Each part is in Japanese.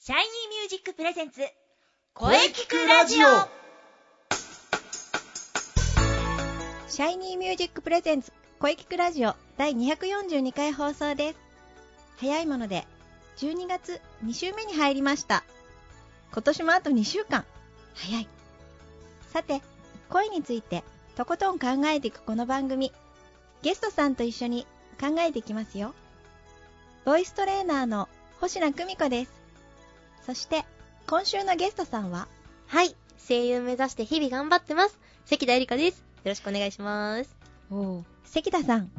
シャイニーミュージックプレゼンツ声聞くラジオシャイニーミュージックプレゼンツ声聞くラジオ第242回放送です。早いもので12月2週目に入りました。今年もあと2週間。早い。さて、声についてとことん考えていくこの番組。ゲストさんと一緒に考えていきますよ。ボイストレーナーの星名久美子です。そして、今週のゲストさんははい。声優目指して日々頑張ってます。関田絵里香です。よろしくお願いします。関田さん、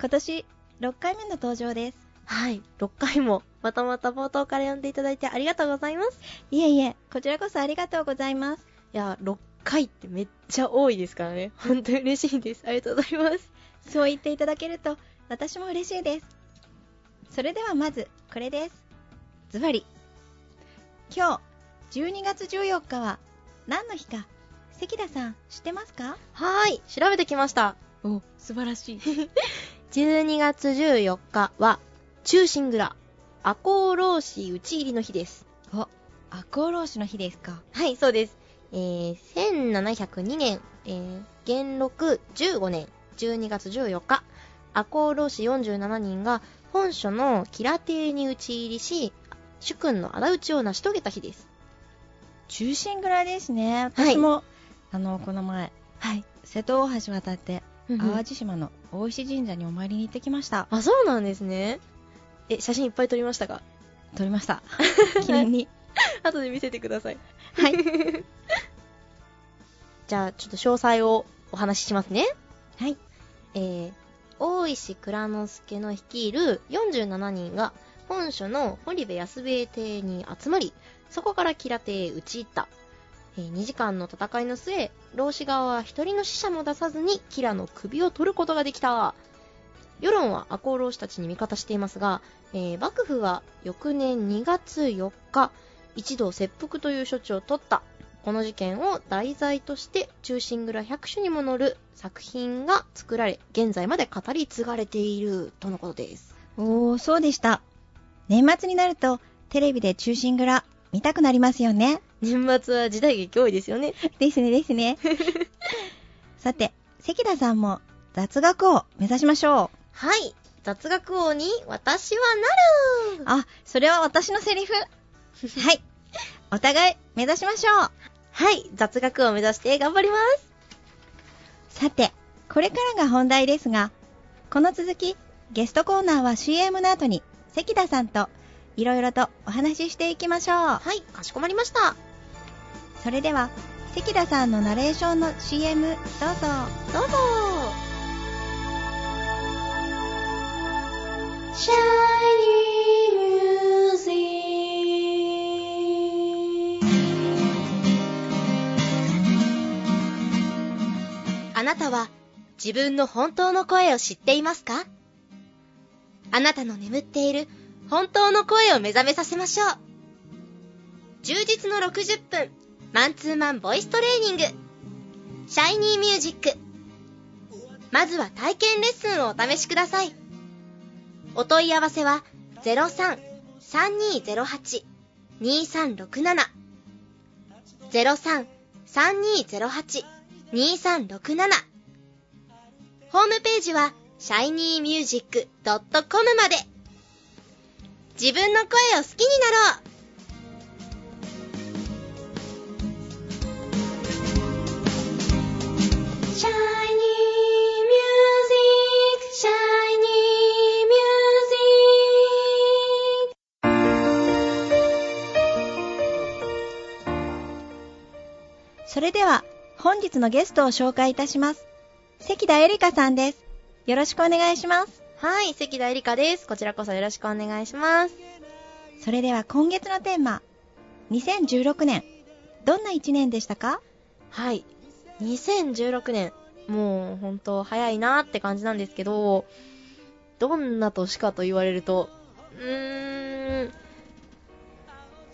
今年6回目の登場です。はい。6回も、またまた冒頭から呼んでいただいてありがとうございます。いえいえ、こちらこそありがとうございます。いや、6回ってめっちゃ多いですから ね。本当に嬉しいです。ありがとうございます。そう言っていただけると、私も嬉しいです。それではまず、これです。ズバリ。今日、12月14日は、何の日か、関田さん、知ってますかはーい。調べてきました。お、素晴らしい。 12月14日は、中心蔵、赤穂浪士討ち入りの日です。赤穂浪士の日ですか。はい、そうです。えー、1702年、えー、元禄15年、12月14日、赤穂浪士47人が本所の吉良邸に討ち入りし、主君の仇討ちを成し遂げた日です。中心蔵ですね。はい私も、あの、この前、はい。瀬戸大橋渡って、淡路島の大石神社にお参りに行ってきました。あ、そうなんですね。え、写真いっぱい撮りましたか撮りま した。記念に。 後で見せてください。はい。 じゃあ、ちょっと詳細をお話ししますね。はい。えー大石蔵之介の率いる47人が本所の堀部安兵衛邸に集まりそこから吉良邸へ討ち入った、え2時間の戦いの末老子側は一人の死者も出さずに吉良の首を取ることができた世論は赤穂浪士たちに味方していますが、えー幕府は翌年2月4日一同切腹という処置を取ったこの事件を題材として「忠臣蔵百首」にも載る作品が作られ現在まで語り継がれているとのことですおー、そうでした。年末になると、テレビで中心蔵、見たくなりますよね。年末は時代劇多いですよねですね、です ね。さて、関田さんも雑学を目指しましょはい雑学王に私はなう。るあ、それは私のセリフ。 はい。お互い目指しましょう。はい雑学を目指して頑張りますさて、これからが本題ですが、この続き、ゲストコーナーは CM の後に関田さんといろいろとお話ししていきましょう。はいかしこまりましたそれでは、関田さんのナレーションの CM どうぞ。どうぞあなたは自分の本当の声を知っていますかあなたの眠っている本当の声を目覚めさせましょう。充実の60分、マンツーマンボイストレーニング。シャイニーミュージック。まずは体験レッスンをお試しください。お問い合わせは03-3208-2367 03-3208-2367ホームページは shinymusic.com まで自分の声を好きになろうシャイニーミュージック、シャイニーそれでは本日のゲストを紹介いたします。関田エリカさんです。よろしくお願いしまミューす。ジック。はい、関田絵里香です。こちらこそよろしくお願いします。それでは今月のテーマ、2016年、どんな1年でしたかはい、2016年、もう本当早いなって感じなんですけど、どんな年かと言われると、うーん、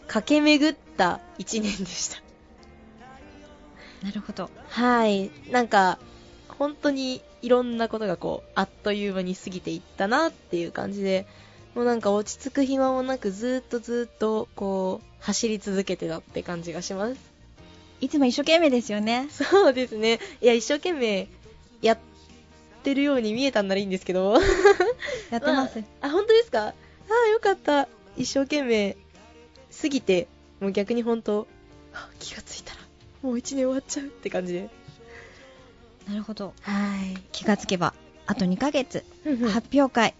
駆け巡った一年でした。なるほど。はい、なんか、本当にいろんなことがこう、あっという間に過ぎていったなっていう感じで、もうなんか落ち着く暇もなくずーっとずーっとこう走り続けてたって感じがしますいつも一生懸命ですよね。そうですねいや一生懸命やってるように見えたんならいいんですけどやってます。あ本当ですかああよかった一生懸命過ぎてもう逆に本当あ気がついたらもう一年終わっちゃうって感じでなるほど。はい気がつけば、あと2ヶ月、は発表会、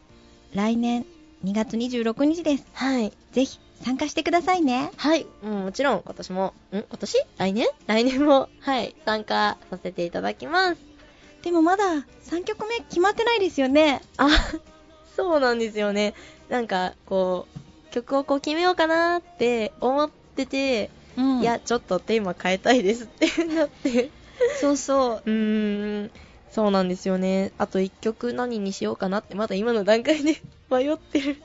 来年2月26日です。はいぜひ参加してくださいね。はい、もうもちろん今年も、ん今年来年来年も、はい、参加させていただきます。でもまだ3曲目決まってないですよね。あ、そうなんですよね。なんか、こう、曲をこう決めようかなって思ってて、うんいや、ちょっとテーマ変えたいですってなって。そうそうう。ーん、そうなんですよね。あと1曲何にしようかなって、まだ今の段階で 迷ってる。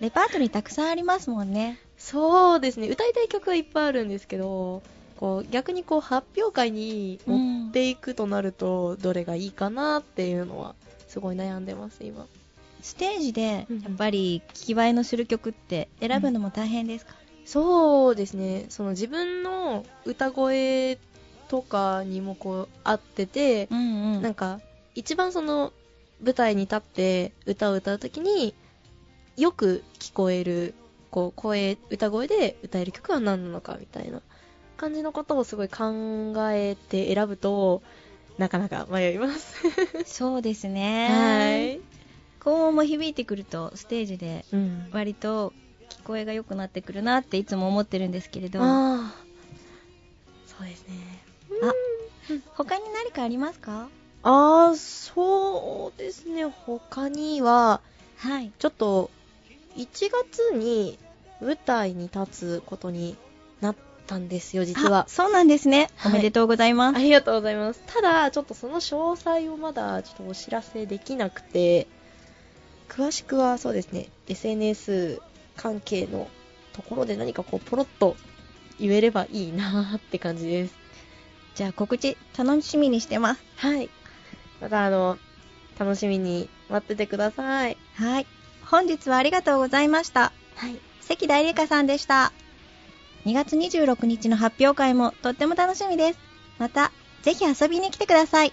レパートリーたくさんありますもんね。そうですね、歌いたい曲はいっぱいあるんですけど、こう逆にこう発表会に持っん持っていくとなるとどれがいいかなっていうのはすごい悩んでます今ステージでうんやっぱり聞き映えのする曲って選ぶのも大変ですか、そうですねその自分の歌声とかにもこう合ってて、うんなんんか一番その舞台に立って歌を歌う時によく聞こえるこう声歌声で歌える曲は何なのかみたいな感じのことをすごい考えて選ぶとなかなか迷います。そうですね。はい、高音も響いてくるとステージでうん割と聞こえが良くなってくるなっていつも思ってるんですけれどああそうですね他に何かありますかああそうですね他にははいちょっと1月に舞台に立つことになったんですよ実はあそうなんですね、はいおめでとうございまあすりがとうございますただちょっとその詳細をまだちょっとお知らせできなくて詳しくはそうですね SNS 関係のところで何かこうポロッと言えればいいなーって感じですじゃあ告知楽しみにしてますはい。またあの、楽しみに待っててください。はい本日はありがとうございましたはい。関大理香さんでした2月26日の発表会もとっても楽しみですまたぜひ遊びに来てください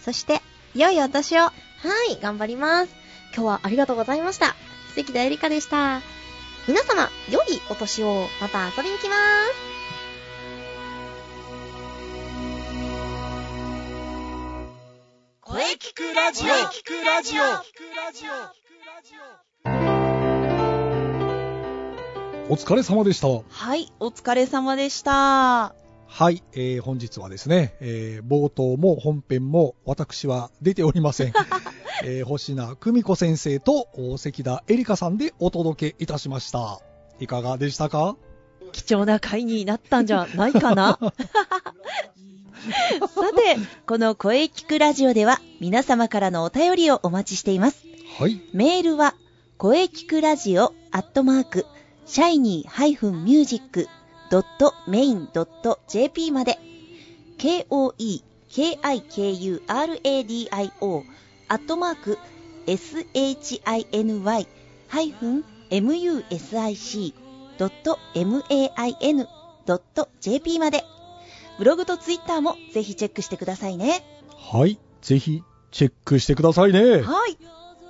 そして良いお年をはい、頑張ります。今日はありがとうございました。関田絵里香でした。皆様、良いお年を、また遊びに来ます。声聞くラジオ声聞くラジオお疲れ様でした。はい、お疲れ様でした。はい、えー本日はですね、えー冒頭も本編も私は出ておりま せん。えー星名久美子先生とお関田絵里香さんでお届けいたしました。いかがでしたか貴重な回になったんじゃないか なさて、この声聞くラジオでは皆様からのお便りをお待ちしています。はい。メールは、声聞くラジオアットマーク、シャイニー -music.main.jp まで、k-o-e-k-i-k-u-r-a-d-i-o アットマーク、shiny-music.main.jp まで、ブログとツイッターもぜひチェックしてくださいね。はい。ぜひ、チェックしてくださいね。はい。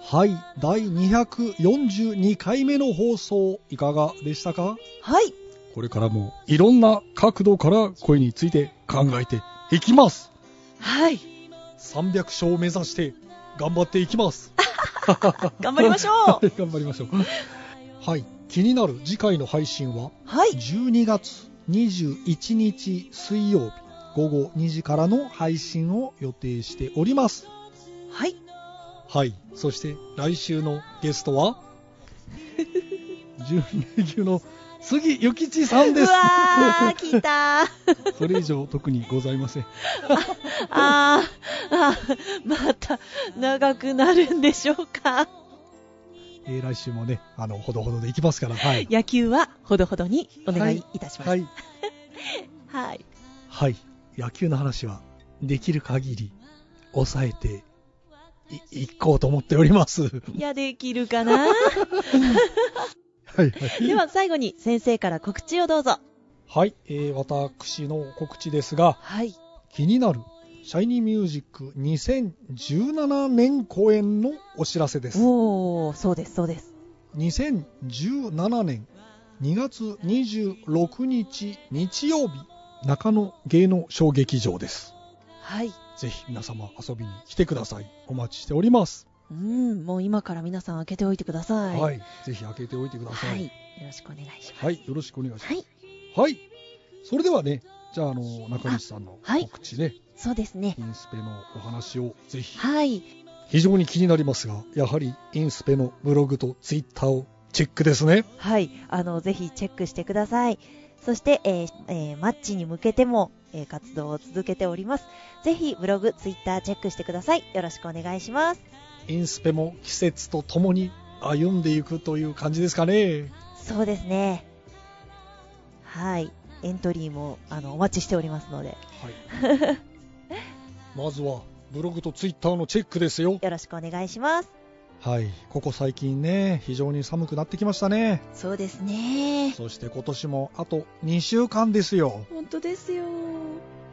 はい。第242回目の放送、いかがでしたかはい。これからも、いろんな角度から声について考えていきます。はい。 300勝を目指して頑張っていきます。頑張りましょ う。 はい頑張りましょう。はい。気になる次回の配信ははい。 12月21日水曜日午後2時からの配信を予定しております。はい。はい。そして来週のゲストは12連休の杉ゆきちさんうです。わー、聞いたー。それ以上特にございません。あー、あーまた長くなるんでしょうか。えー来週もね、あの、ほどほどでいきますから。はい。野球はほどほどにお願いいたします。ははい。い。はい、野球の話はできる限り抑えてい行こうと思っております。いや、できるかなはいはい。では最後に先生から告知をどうぞ。はい、えー私の告知ですが、はい。気になるシャイニーミュージック2017年公演のお知らせです。おー、そうです、そうです。 2017年2月26日日曜日、中野芸能小劇場です。はい。ぜひ皆様遊びに来てください。お待ちしております。うん、もう今から皆さん開けておいてくださ。はいい、ぜひ開けておいてくださ。はいい。よろしくお願いします。はい、よろしくお願いします。はい。はい。それではね、じゃあ、あの、中西さんのはい告知ね、そうですね。インスペのお話をぜひ。はい。非常に気になりますが、やはりインスペのブログとツイッターをチェックですね。はい。あの、ぜひチェックしてください。そして、えーえーマッチに向けても、えー活動を続けております。ぜひ、ブログ、ツイッターチェックしてください。よろしくお願いします。インスペも季節とともに歩んでいくという感じですかね。そうですね。はい。エントリーも、あの、お待ちしておりま すので、はい。まずは、ブログとツイッターのチェックですよ。よろしくお願いします。はい。ここ最近ね、非常に寒くなってきましたね。そうですね。そして今年もあと2週間ですよ。本当ですよ。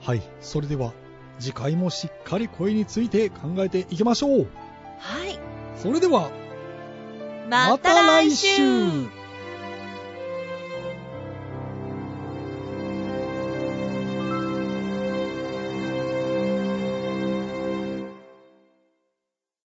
はい、それでは次回もしっかり声について考えていきましょう。はい。それでは、また来週